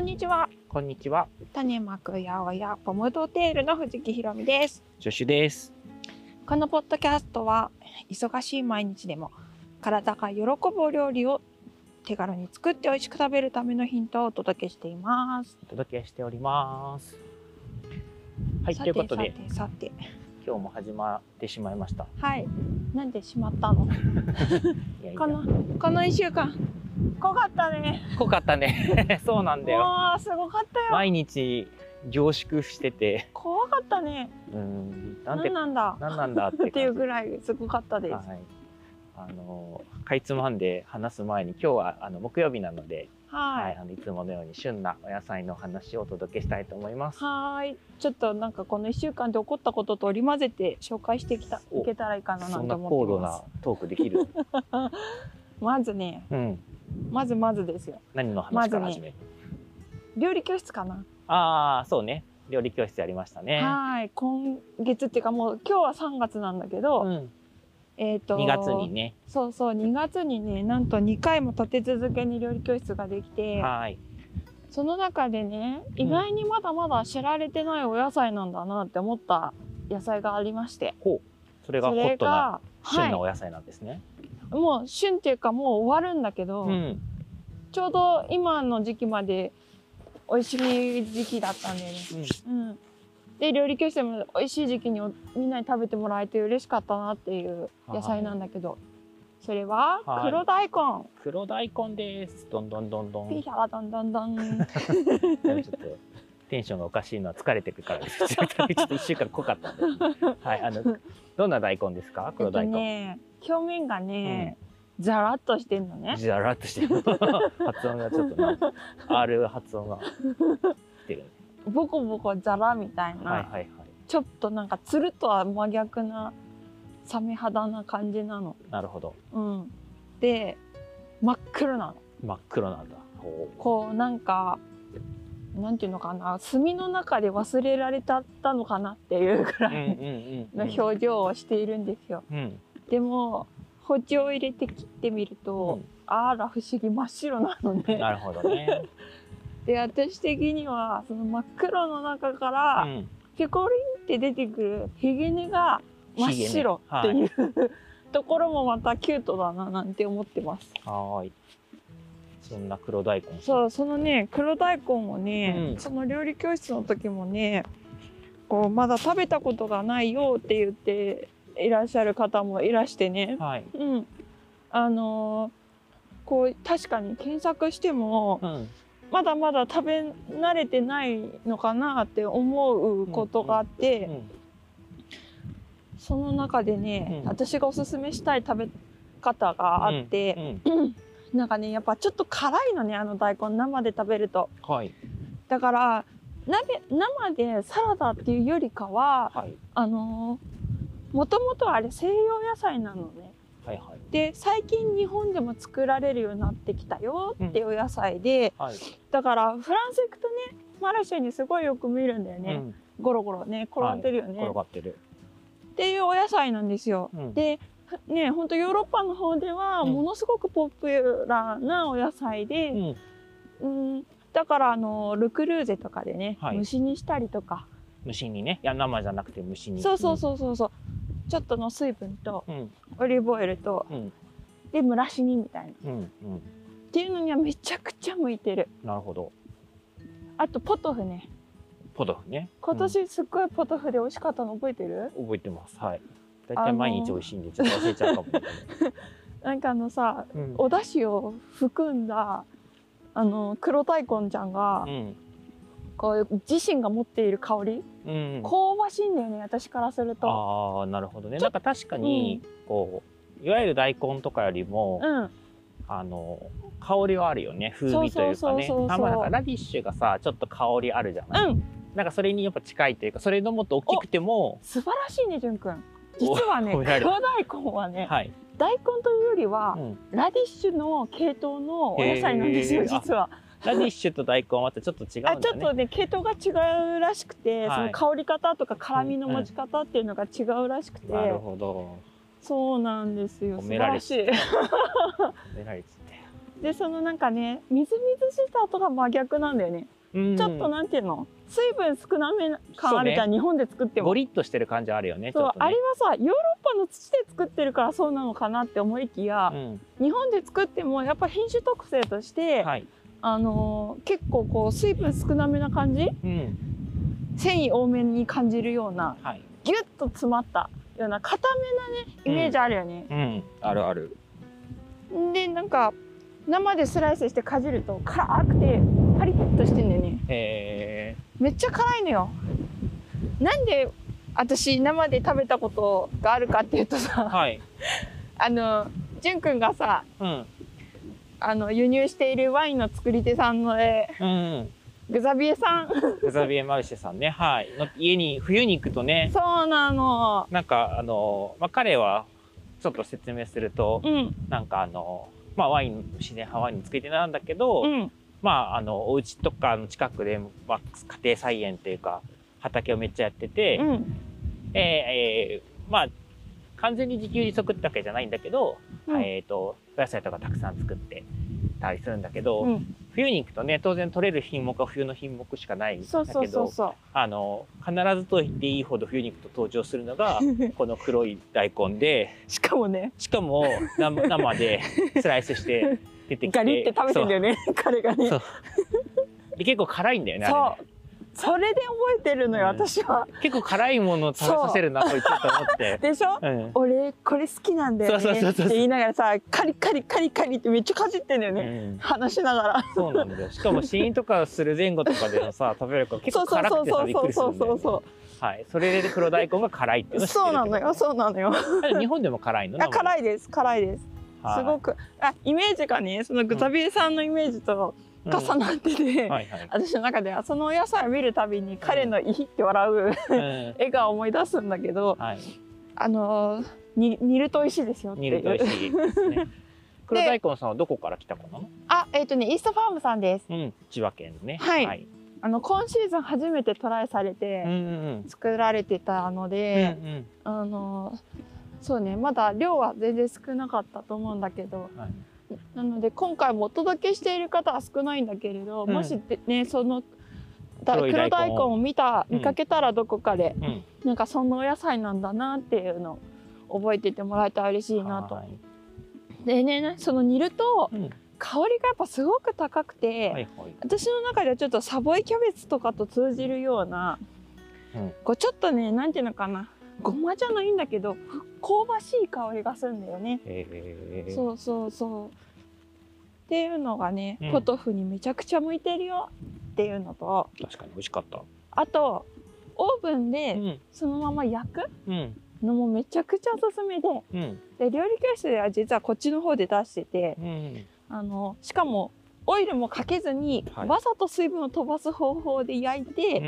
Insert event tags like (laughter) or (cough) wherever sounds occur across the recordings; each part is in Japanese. んにちは。こんにちは、種まくやおやポムドテールの藤木ひろみです。ジョシュです。このポッドキャストは忙しい毎日でも体が喜ぶお料理を手軽に作って美味しく食べるためのヒントをお届けしています。お届けしております。はい、さといてうことで、さてさて、今日も始まってしまいました。はい、なんでしまったの？いやいやこのこの一週間、濃かったね。濃かったね。 (laughs) そうなんだよ。もうすごかったよ。毎日凝縮してて、怖かったね。うーん、なんなてん、なんだ。なんなんだって感っていうぐいらいすごかったです。はい。あの、かいつまんで話す前に、今日はあの木曜日なので、ははいい、。あのいつものように旬なお野菜のお話をお届けしたいと思います。はーい。ちょっとなんかこの1週間で起こったことと織り交ぜて紹介してきたおいけたらいいかななそんんてな高思度ってますな。トークできる。まずね、うん。まずまずですよ。何の話からまず始める料理教室かな。ああ、そうね。料理教室やりましたね。はーい。今月っていうかもう今日は3月なんだけど、うん、えっ、と2月にね。そうそう2月にねなんと2回も立て続けに料理教室ができて、はい。その中でねん意外にまだまだ知られてないお野菜なんだなって思った野菜がありまして。ほう。それがそホッれトなが、旬なはお野菜なんですね。い、もう旬っていうかもう終わるんだけど、うん。ちょうど今の時期まで美味しい時期だったんでね。うん。で、料理教室でも美味しい時期におみんなに食べてもらえて嬉しかったなっていう野菜なんだけど、それははい黒大根。黒大根です。どんどんど (laughs) んどん。ピちーラどんどんどん。ょっとテンションがおかしいのは疲れてるから (laughs) です。ちょっと1週間濃かったんで。はい。あの、どんな大根ですか (laughs) 黒大えっと根。ね、表面がね、ザラッとしてんのね。じゃらっとしてる。 (laughs) 発音がちょっとな、R 発音が来てるね。ボコボコザラみたいな、はいはいはい。ちょっとなんかつるとは真逆なサメ肌な感じなの。なるほど。うん。で、真っ黒なの。真っ黒なんだ。ほう。こうなんかなんていうのかな墨の中で忘れられちゃったのかなっていうぐうんらうんいうん。の表情をしているんですよ。うん。でも包丁を入れて切ってみると、あら不思議真っ白なのうん。ね。なるほどね。で私的にはその真っ黒の中から、うんピコリンって出てくるヒゲ根が真っ白ってヒゲいう、ところもまたキュートだななんて思ってます。はーい。そんな黒大根。そうそのね黒大根をね、うんその料理教室の時もねこうまだ食べたことがないよって言っていらっしゃる方もいらしてね、はい。うん、あのーこう確かに検索してもうん。まだまだ食べ慣れてないのかなって思うことがあって、その中でね、うん私がおすすめしたい食べ方があって、うん。なんかねやっぱちょっと辛いのねあの大根生で食べると。はい。だから鍋生でサラダっていうよりかははい。あのもともとあれ西洋野菜なのね。はいはい。で最近日本でも作られるようになってきたよっていうお野菜で、はい。だからフランス行くとねマルシェにすごいよく見るんだようね、ん。ゴロゴロね転んでるよね、転がってる。っていうお野菜なんですよ。うん。でね本当ヨーロッパの方ではうんものすごくポピュラーなお野菜で、うん。うんだからあのルクルーゼとかでね、はい蒸しにしたりとか、虫にね。いや、生じゃなくて虫に。そうそうそうそうそうちょっとの水分とうん。うん。オリーブオイルとうん。で蒸らしにみたいなっうん。うん。ていうのにはめちゃくちゃ向いてるなるほど。あとポトフねポトフね。今年すっごいポトフで美味しかったの覚えてる、うん。覚えてます。はい。大体毎日美味しいんで、ちょっと忘れちゃうかも。なんかあのさうん。お出汁を含んだあの黒大根ちゃんが、うん。こう自身が持っている香りうん。香ばしいんだよね私からすると。ああ、なるほどね。なんか確かに、こう、いわゆる大根とかよりも、うん、あの香りはあるよね風味というそかうそうそうそうそねうたまなんかラディッシュがさちょっと香りあるじゃない、うん、なんかそれにやっぱ近いというかそれのもっと大きくても素晴らしいねじゅんくん実はねお黒褒大められた根はね、はい、大根というよりはう、ん、ラディッシュの系統のお野菜なんですよへー実はラディッシュと大根はまたちょっと違うんだあねちょっとね系統が違うらしくて、はいその香り方とか辛みの持ち方っていうのが違うらしくて、なるほどそうなんですよ褒素め晴らられしい褒められちゃっでそのなんかねみずみずしさとが真逆なんだよね、うんちょっとなんていうの水分少なめそ感うあねるじゃん、日本で作ってもゴリッとしてる感じあるよね。そうちょっとねあれはさヨーロッパの土で作ってるからそうなのかなって思いきや、日本で作ってもやっぱ品種特性としうて、ん、はい、あのー結構こう水分少なめな感じうん、繊維多めに感じるようなはい、ギュッと詰まったような固めなねイメージあるよね。うん、あるある。でなんか生でスライスしてかじると辛くてパリッとしてんだよね。えめっちゃ辛いのよ。なんで私生で食べたことがあるかっていうとー、さ (laughs) はい、あのじゅんくんがさうん、あの輸入しているワインの作り手さんの、えうん、ーグザビエさんグザビエマルシェさんね、はい、の家に冬に行くとね、そうなのなんかあのまあ彼はちょっと説明すると、うんなんかあのまあワイン自然派ワインつけてなんだけど、うんまああのお家とかの近くでまあ家庭菜園というか畑をめっちゃやってて、うんえーえーまあ完全に自給自足ってわけじゃないんだけど、うんえーとお野菜とかたくさん作ってたりするんだけど、うん冬に行くとね当然取れる品目は冬の品目しかないんだけそどうそうそうそあの必ずと言っていいほど冬に行くと登場するの (laughs) がこの黒い大根でうしかもねしかもな生でスライスして出てきてガリって食べてんだよね彼がねそそううそうで結構辛いんだよねあれねそれで覚えてるのよ、うん私は結構辛いものを食べさせるなこいつと思って。でしょうん俺これ好きなんだよそうそうそねうってそう言いながらさカリカリカリカリってめっちゃかじってんだようね、ん話しながらそうなんだよ。しかも死因とかする前後とかでもさ、食べるから結そ構うそう辛そうくてさ、そうびっくりすそうるんそだようね。そはい。それで黒大根が辛いってういうのを知ってるそうなのよう。そうなのよあ (laughs) れ日本でも辛いのあ辛い。いです辛いですすごくあイメージがねそのグザビエさんのイメージとはい重なってて、うんはいはい。私の中ではそのお野菜を見るたびに彼のイヒって笑ううん絵が思い出すんだけどはい。あのーに煮ると美味しいですよっていう煮ると美味しいで (laughs) すね。黒大根さんはどこから来た子なの？あえっ、とねイーストファームさんですうん、千葉県ね。はいあの今シーズン初めてトライされうんうてん作られてたのうん。で、うんあのーそうねまだ量は全然少なかったと思うんだけどうんはい。なので今回もお届けしている方は少ないんだけれど、うんもしでねそのだ黒い黒大根を大根を見たうん見かけたらどこかで、うんなんかそのお野菜なんだなっていうのを覚えててもらえたら嬉しいなと。はいでねその煮るとうん香りがやっぱすごく高くて、はいはい。私の中ではちょっとサボイキャベツとかと通じるような、うんこうちょっとねなんていうのかなごまじゃないんだけど香ばしい香りがするんだよね。えーそうそうそう。っていうのがね、うんポトフにめちゃくちゃ向いてるよっていうのと確かに美味しかった。あとオーブンうでんそのまま焼くうんのもめちゃくちゃおすすめでうんで料理教室では実はこっちの方で出しててうん。あのしかもオイルもかけずに、はいわざと水分を飛ばす方法で焼いて、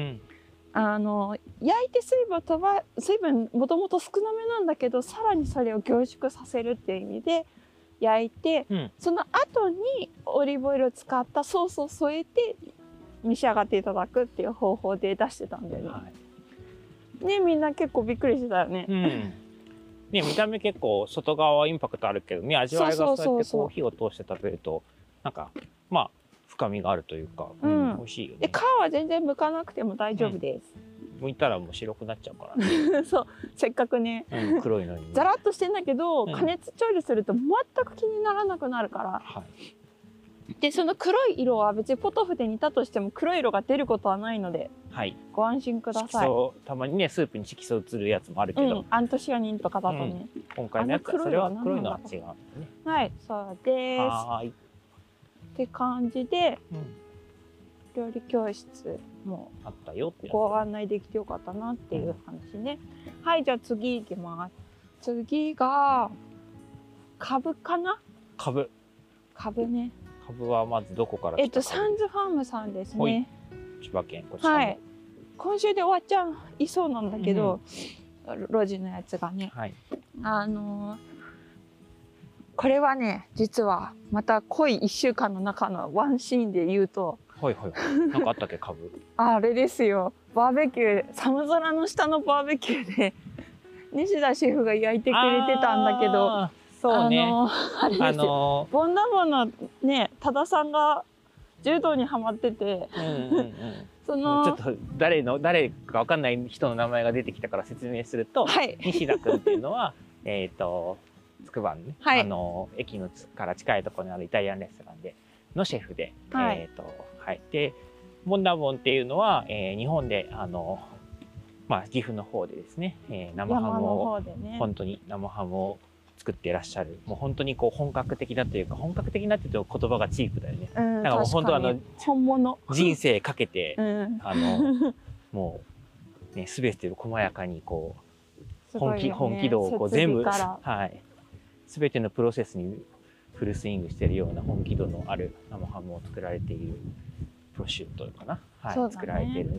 うんあの焼いて水分を飛ば水分もともと少なめなんだけどさらにそれを凝縮させるっていう意味で焼いて、うんその後にオリーブオイルを使ったソースを添えて召し上がっていただくっていう方法で出してたんだよね。はい。ねみんな結構びっくりしてたよね。うん。ね、見た目結構外側はインパクトあるけどね味わいがそうそうやっそてうそうそうこう火を通して食べるとなんかまあ深みがあるというか、うん美味しいよでね皮は全然剥かなくても大丈夫です。 (laughs) 剥いたらもう白くなっちゃうから、ねそうせっかくねうん、黒いのにねザラッとしてんだけど、うん加熱調理すると全く気にならなくなるからはいでその黒い色は別にポトフで煮たとしても黒い色が出ることはないのではいご安心くだ色さい。素たまにねスープに色素移るやつもあるけうど、ん、アントシアニンとかだとね。今回のやつはあのそ黒いれのはは何黒なんいだのはろう違うんではい、そうすねです。はーい、って感じでうん、料理教室もあったよってやつご案内できてよかったなっていう話ね。はい、じゃあ次行きます。次が株かな？株株ね。株はまずどこからえ来っとたサかンズファームさんですほねい。千葉県こちらのはい。今週で終わっちゃいそうなんだけど、路地のやつがね。はいあのーこれはね実はまた濃い1週間の中のワンシーンで言うとはいはい (laughs) はいなんかあったっけ株あれですよバーベキュー寒 (laughs) 空の下のバーベキューで西田シェフが焼いてくれてたんだけどあーそうねあのあれですあよのボンダボンのね多田さんが柔道にはまっててうんうんうんそものうちょっと誰の誰かわかんない人の名前が出てきたから説明すると、はい西田君っていうのは (laughs) えっとつくばのね、はいあの駅のつから近いところにあるイタリアンレストランでのシェフで、はいえっとはいでモンダモンっていうのは、えー日本であのまあ岐阜の方でですね、えー生ハ山のムを方でね本当に生ハムを作っていらっしゃるもう本当にこう本格的だというか本格的なっていうと言葉がチープだ (laughs) よねうんなんかもう本当あの確かに本物人生かけて、うんあのもうね全てを細やかにこうすごい本よ気、ね本気度をこう設全備部から (laughs) はい全てのプロセスにフルスイングしてるような本気度のある生ハムを作られているプロシュートかな、はいそうだね作られてる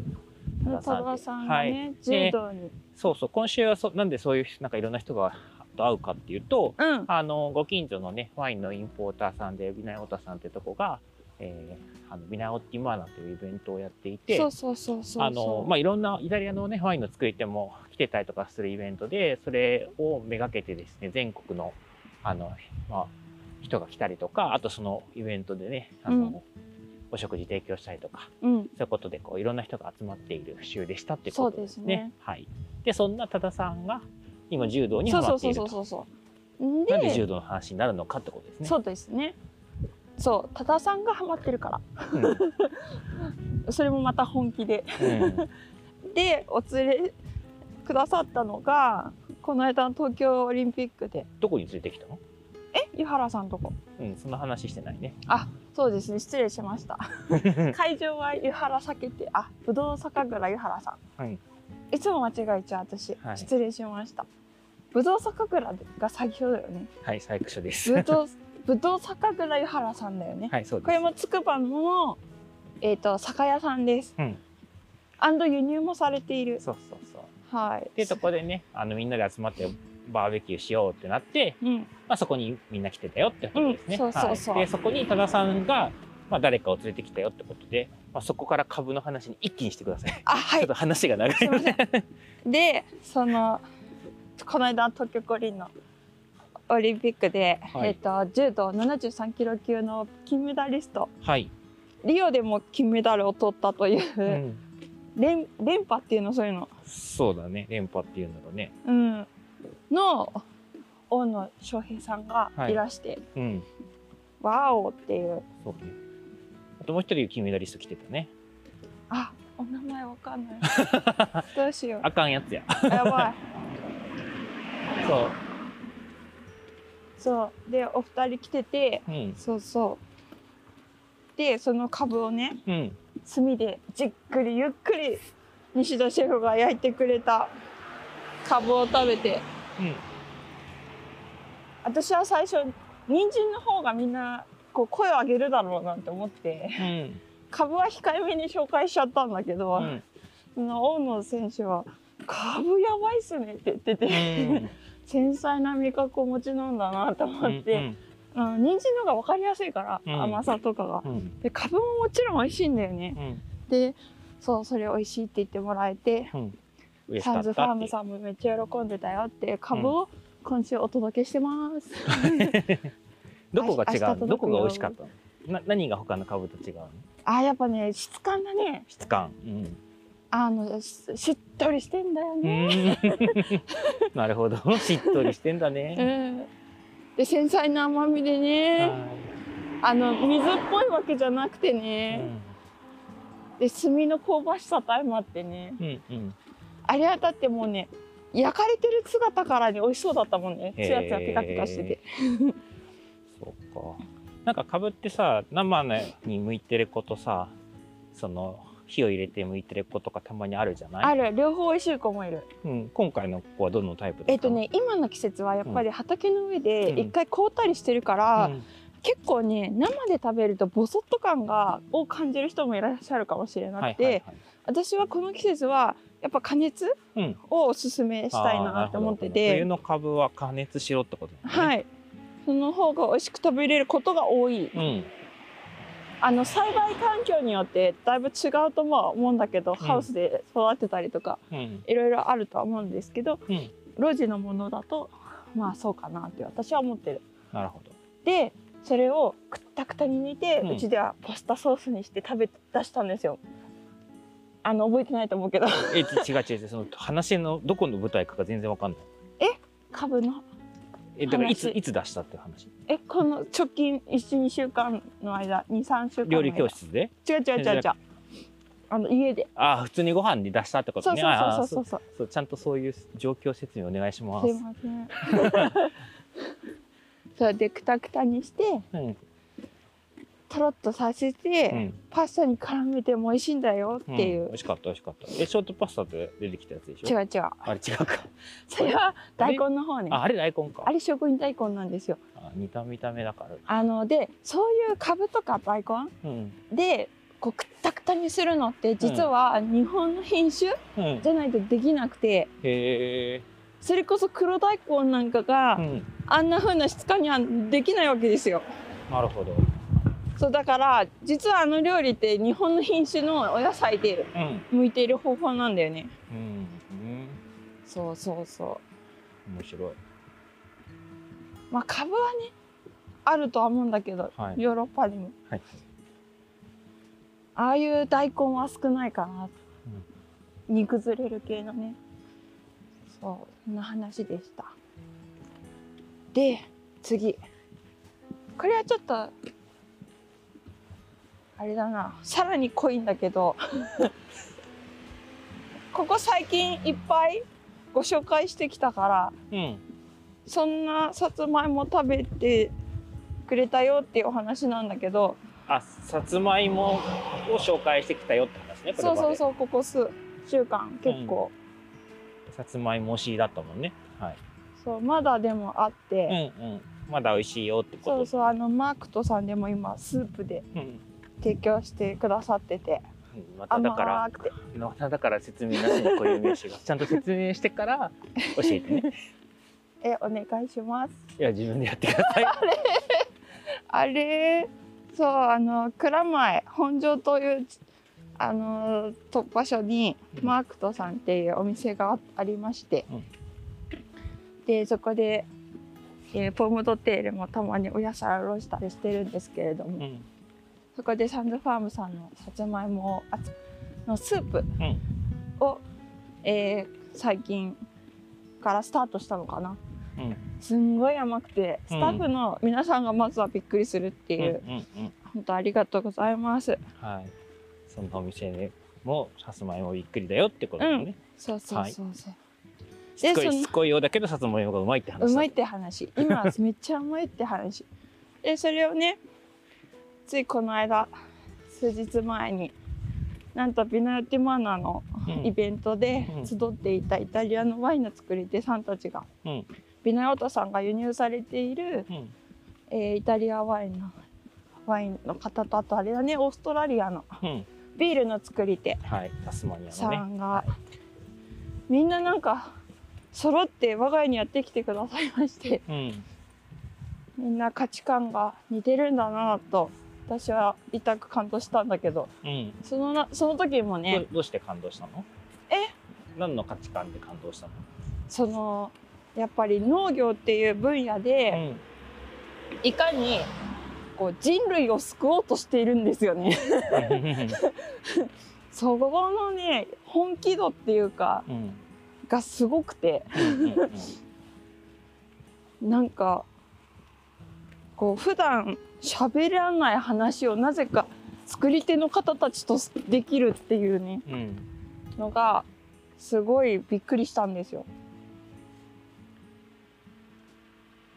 田多田さん田でさんがはいねで柔道にそうそう今週はそなんでそういうなんかいろんな人がと会うかっていうと、うんあのご近所のねワインのインポーターさんでビナヨタさんってとこが、えー、あのビナヨッティマーナというイベントをやっていてそうそうそうそうあのまあいろんなイタリアのねワインの作り手も来てたりとかするイベントでそれをめがけてですね全国のあの、まあ、人が来たりとかあとそのイベントでねあの、うんお食事提供したりとかうんそういうことでこういろんな人が集まっている週でしたってことですね。そうですねはい、でそんな多田さんが今柔道にそハうマそっうてそいうるそうとそうそうなんで柔道の話になるのかってことですね。そうですねそう多田さんがハマってるかうんうんらそれもまた本気ででお連れくださったのがこの間の東京オリンピックでどこに連れてきたの？え湯原さんとこうん、その話し (laughs) てないね。そうですね失礼しました会場は湯原酒ってあぶどう酒蔵湯原さん、はい、つも間違えちゃう私、はい失礼しましたぶどう酒蔵が先ほどだよねはい、採掘所です。ぶ (laughs) どうぶどう酒蔵湯原さんだよね、はい、そうです。これもつくばのえっ、と酒屋さんです、うんアンド輸入もされているそうそうそう。はいで、そこでね、あのみんなで集まってバーベキューしようってなって、うんまあそこにみんな来てたよってことですね。うんそうそうそうはいで、そこに多田さんがまあ誰かを連れてきたよってことで、まあそこから株の話に一気にしてください。あはちょっいと話が長すいいまのせで。んでそのこの間東京五輪のオリンピックで、はいえっ、と柔道73キロ級の金メダリスト (laughs) はい。リオでも金メダルを取ったという、うん。連連覇っていうのそういうの、そうだね。連覇っていうのがね。うん、の大野将平さんがいらして、うん。わーおっていうそうね。あともう一人金メダリスト来てたね。あお名前わかんないどうしよあかんやつや。うやばいそそうでお二人来ててう。うん。そうそうでその株をねうん。炭でじっくりゆっくり西田シェフが焼いてくれたカブを食べてうん。私は最初人参の方がみんなこう声を上げるだろうなんて思ってうん。カブは控えめに紹介しちゃったんだけど、うん。その大野選手は「カブやばいっすね」って言ってて、うん (laughs) 繊細な味覚をお持ちなんだなと思って、うんあの人参の方が分かりやすいから、うん甘さとかが。うん。でカブももちろん美味しいんだよね。うん。でそうそれ美味しいって言ってもらえてうん。嬉しかサったンっていズうファームさんもめっちゃ喜んでたよってカブを今週お届けしてます。どこが違明日うの届くよどこが美味しかったのな何が他の株と違うのあやっぱね質感がね質感。 (laughs) うんあのししっとりしてんだようね。ーんなるほど。しっとりしてんだうね。んで繊細な甘みでねはあの水っぽいわけじゃなくていね、で炭の香ばしさと相まってねうんうんあれはだってもうね焼かれてる姿からに美味しそうだったもんねつへーやつやペタペタしててそうか。なんか株ってさ生のに向いてることさその火を入れて向いてることがたまにあるじゃないある両方美味しい子もいるうん、今回の子はどのタイプですかえっとね今の季節はやっぱり畑の上でうん一回凍ったりしてるかうら、ん結構ね生で食べるとボソッと感がを感じる人もいらっしゃるかもしれなはいくて、はいはい私はこの季節はやっぱ加熱うんをおすすめしたいなって思ってあーなるほど冬て、の株は加熱しろってことだねはいその方が美味しく食べれることが多いうんあの栽培環境によってだいぶ違うとは思うんだけど、ハウスで育てたりとかうんいろいろあるとは思うんですけど、うん路地のものだとまあそうかなって私は思ってる。なるほど。でそれをくったくたに煮て、ううんちではパスタソースにして食べ出したんですよ。あの覚えてないと思う (laughs) けどえ、ち違う違う違う、その話のどこの舞台かが全然わかんない。株のえ、だからいつ、話いつ出したっていう話。えこの直近12週間の間23週間の間料理教室で。違う違う違う違うあの家であー、普通にご飯に出したってことそうね。そうあそーうそうそうそうそうちゃんとそういう状況説明お願いしますいす。ません (laughs) そうでくたくたにしてうん、とろっとさせうて、ん、パスタに絡めても美味しいんだようんってい美う、味しかった、美味しかった。え、ショートパスタって出てきたやつでし違ょう違うあれ違うか。それは大根の方ねあ、あれ大根か。あれ食品大根なんですよあ似た見た目だから。あのでそういう株とか大根うん、でこうくったくたにするのって実は日本の品種うん、じゃないとできなくてへえ、それこそ黒大根なんかうがん、あんな風な質感にはできないわけですよなるほど。そうだから実はあの料理って日本の品種のお野菜でうん、向いている方法なんだよねうん、うん、そうそうそう面白い。まあ株はねあるとは思うんだけどはい。ヨーロッパにもはい。ああいう大根は少ないかな、煮崩れる系のねそうそんな話でしたで次これはちょっとあれだなさらに濃いんだけ (laughs) どここ最近いっぱいご紹介してきたからうん、そんなさつまいも食べてくれたよっていうお話なんだけどあ、さつまいもを紹介してきたよって話ね。これそうそうう。そうここ数週間結構、さつまいも推しだったもんね。はい。そうまだでもあっうん、て、うん、まだ美味しいよってこと。そうそうあのマークトさんでも今スープでうん。提供してくださっててうんまただから甘くてまただから説明なしに固有名詞が (laughs) ちゃんと説明してから教えてねえお願いします (laughs) いや自分でやってくださいあれそうあの蔵前本庄というあの突破所にうんマークトさんっていうお店があありまして、うんでそこで、えーポムドテールもたまにお野菜をおろしたりしてるんですけれども、うんそこでサンズファームさんのさつまいもをあつのスープんを、えー最近からスタートしたのかな、うんすんごい甘くてスタッフの皆さんがまずはびっくりするってうんいう、うんうん本当ありがとうございますはいそのお店でもさつまいもびっくりだよってことだね、そうそうそうそう、すでごそいのしつこいようだけどさつまいもがうまいって話だうまいって話今めっちゃうまいって話でそれをねついこの間数日前になんとビナヨティマナのうんイベントでうん集っていたイタリアのワインの作り手さんたちが、うんビナヨタさんが輸入されている、うんえーイタリアワインのワインの方とあとあれだねオーストラリアのうんビールの作り手はいタスマニアさのねんが、みんななんか揃って我が家にやってきてくださいましてうんみんな価値観が似てるんだなと私は痛く感動したんだけどうんそのなその時もねどどうして感動したのえ何の価値観で感動したのそのやっぱり農業っていう分野うでんいかにこう人類を救おうとしているんですよね。 (laughs) (laughs) そこのね本気度っていうかうんうんがすごくてうんうんなんかこう普段喋らない話をなぜか作り手の方たちとできるっていうねうんのがすごいびっくりしたんですよ。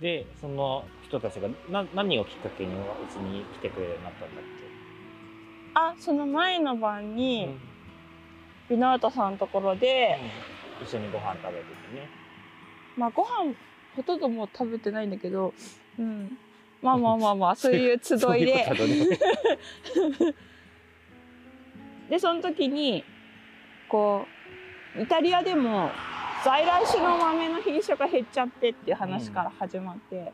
でその人たちがな何をきっかけにうちに来てくれるようになったんだっあその前の晩け、に、うんビナウタさんのところで、うん一緒にご飯食べててねまあご飯ほとんどもう食べてないんだけど、うん、まあまあまあまあそういう集 (laughs) そういいうこでとねでその時にこうイタリアでも在来種の豆の品種が減っちゃってっていう話から始まって、ね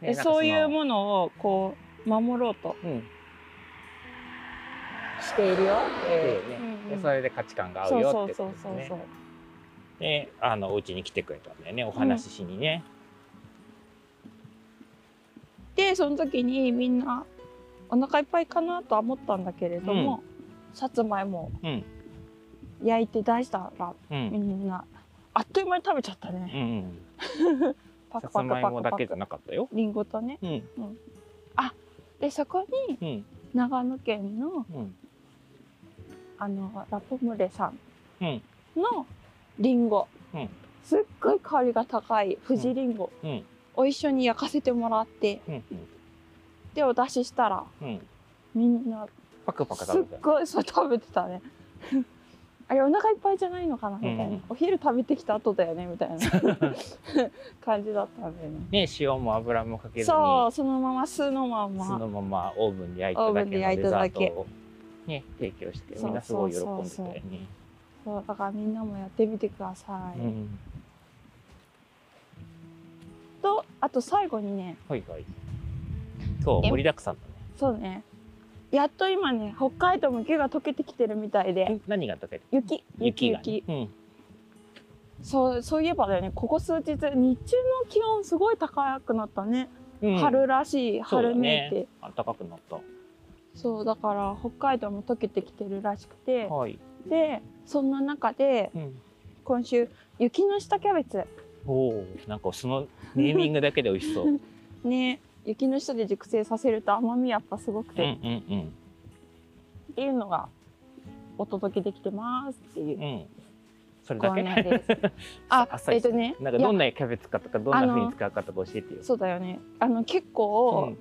でそういうなんかものをこう守ろうとそのうんしているよっていでう。ねうんでうんそれで価値観が合そううよそってうこそうとですそうねそうであのお家に来てくれたんだよねお話ししにね、てその時にみんなお腹いっぱいかなとは思ったんだけれども、さつまいもうん焼いて出したらうみんんなあっという間に食べちゃったうね。んパクさつパクまいパもクだパけじゃク。なかったよ。リンゴとね。うんでそこにうん長野県のうんあのラポムレさんうんのリンゴ、うんすっごい香りが高い富士リンゴうんを一緒に焼かせてもらってうんでお出ししたらうんうんみんなパクパクすっ食べた。ごいそう食べてたね (laughs) あれお腹いっぱいじゃないのかなみたいな、うんお昼食べてきた後だよねみ (laughs) たいな感じだったんだよねね塩も油もかけずにそうそのまま酢のまんまそのままオーブンで焼いたオーだブンけでの焼いデたザだーけトをね提供してみんなすごい喜んでたよね。そうだからみんなもやってみてください、うんとあと最後にねはいはい。今日盛りだくさんだね。そうね。やっと今ね、北海道も雪が溶けてきてるみたいで、え何が溶けて雪、雪、雪が雪。ね、うんそう、そういえばだよね、ここ数日、日中の気温すごい高くなったね。うん春らしい、そうだ春ねめいて。暖かくなった。そう、だから北海道も溶けてきてるらしくて、はい。で、そんな中で、うん、今週、雪の下キャベツ、おお、なんかそのネーミングだけで美味 (laughs) しそう。うんね、雪の下で熟成させると甘みやっぱすごくうんて、っていうのが、お届けできてますっていうんううん。それごだ案け。内です。あ、えっとね、 (laughs) なんかいやどんなキャベツかとかどんな風に使うかとか教えてよ。そうだよね。あの結構、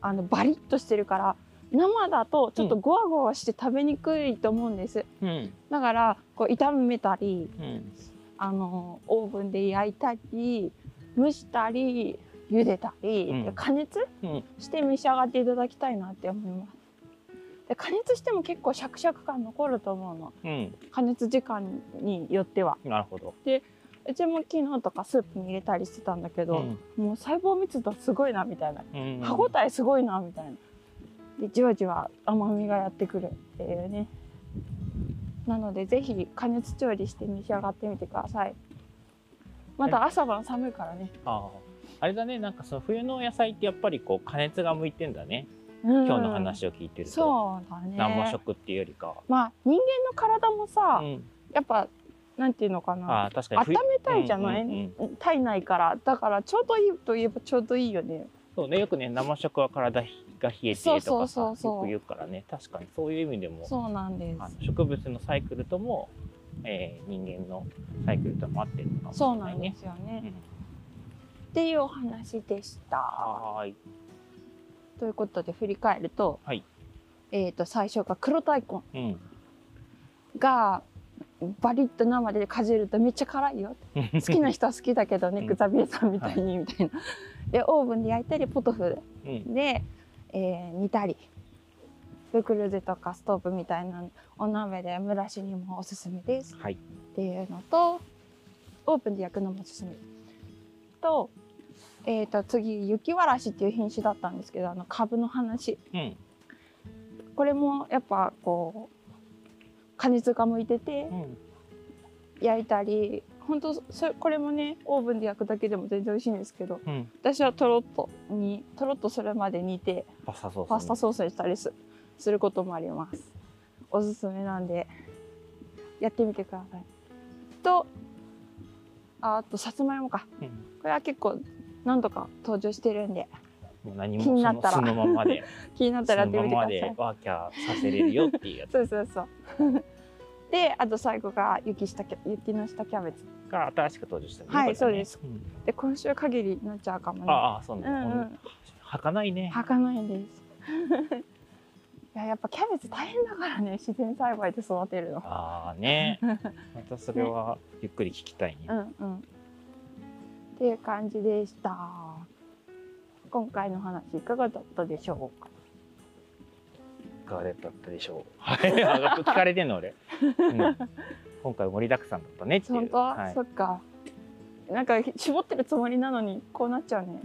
あのバリッとしてるから生だとちょっとゴワゴワして食べにくいと思うんです。うんうんだからこう炒めたり、うん。あのオーブンで焼いたり、蒸したり、茹でたり、うんで加熱うんして召し上がっていただきたいなって思います。で加熱しても結構シャクシャク感残ると思うの。うん。加熱時間によっては。なるほど。うちも昨日とかスープに入れたりしてたんだけど、もう細胞密度すごいなみたいな。うん歯ごたえすごいなみたいなでじわじわ甘みがやってくるっていうねなのでぜひ加熱調理して召し上がってみてくださいまた朝晩寒いからね、ああ。あれだね、なんかその冬の野菜ってやっぱりこう加熱が向いてんだね。うん今日の話を聞いてると。そうだね何も食っていうよりかは。まあ人間の体もさ、うんやっぱなんていうのかなああ、確かに温冬。めたいじゃない、うんうんうん体内からだからちょうどいいといえばちょうどいいよねそうね、よくね、生食は体が冷えてそうとそうかさ、そようそうく言うからね、確かにそういう意味でも、そうなんであすの植物のサイクルとも、えー人間のサイクルとも合ってるのかもしそうれなないんでね。すよね、うっんていうお話でしたはーい。ということで振り返ると,、はいえー、と最初が黒大根うん。がバリッと生でかじるとめっちゃ辛い (laughs) よ好きな人は好きだけどねうんグザビエさんみたいにみたいな。でオーブンで焼いたりポトフうん。で、えー煮たりブクルゼとかストーブみたいなお鍋で蒸らしにもおすすめですはい。っていうのとオーブンで焼くのもおすすめと,、えー、と次雪わらしっていう品種だったんですけどあの株の話うん。これもやっぱこう加熱が向いててうん。焼いたり本当そこれもねオーブンで焼くだけでも全然美味しいんですけどうん。私はとろっとにとろっとそれまで煮てパスタソース。パスタソースにしたりすすることもありますおすすめなんでやってみてくださいとああとさつまいもかうんこれは結構何度か登場してるんでもう何も気になったらそのそのままで、気になったそらのやってみまてくだまさいでワーキャーさせれるよっていうやつそうそうそう。 (laughs) で、あと最後が雪下キャ雪の下キャベツ。が新しく登場したねはいこれねそんで、今週限りになっちゃうかもね。ああ、そううなんの。うん。はかないね。はかないんです。 (laughs) いや、やっぱキャベツ大変だからね、自然栽培で育てるの。ああね。またそれはゆっくり聞きたいねう。んうん。っていう感じでした。今回の話いかがだったでしょうか。いかがだったでしょう。はい、聞かれてんの俺、うん今回盛りだくさんだったねっていう。本当、はい、そっか。なんか絞ってるつもりなのにこうなっちゃうね。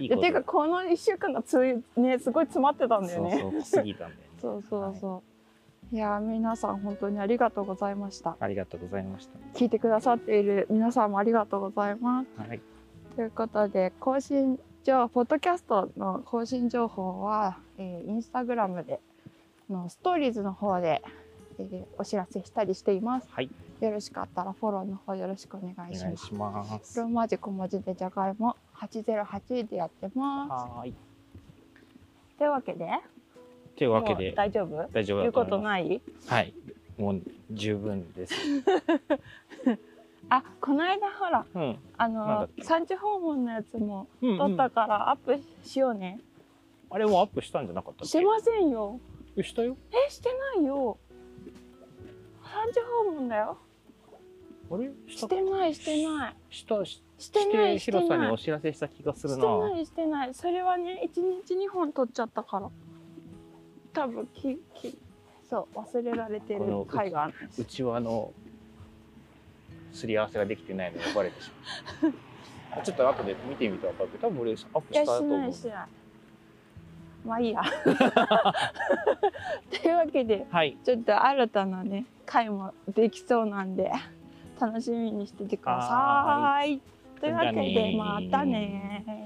いいいやことていうかこの一週間がついねすごい詰まってたんだよね。そうそう濃すぎたんで。そうそうそう。い、やー皆さん本当にありがとうございました。ありがとうございました。聞いてくださっている皆さんもありがとうございます。はい。ということで更新じゃあポッドキャストの更新情報は、えーインスタグラムであのストーリーズの方で、えーお知らせしたりしています。はい、よろしかったらフォローの方よろしくお願おいし願まいす。します。ローマ字小文字でじゃがいも808でやってます。はーい。というわけで、というわけもうで、大丈夫大丈夫言だうこと思いとまないす。はい、もう十分です。あ、この間ほら、うん。あなんだのっけ産地訪問のやつもうんうん撮ったからアップしようね。あれもアップしたんじゃなかったっけしてませんよ。えしたよ。え、してないよ。産地訪問だよ。あれししたてない、してない。したししてない、ししててヒロさんになおい。知らせした気がするしなて。ない、してない。それはね、一日二本撮っちゃったから。多分き、き、そう、忘れられてるこの回があるんですう。ちはあのすり合わせができてないのがバレてし (laughs) まう。ちょっと後で見てみたら分かるけど、多分俺アップいやしたしとな思。いうしないまあいいや (laughs) というわけではい。ちょっと新たなね回もできそうなんで楽しみにしててくださいというわけじゃあでねーまたねー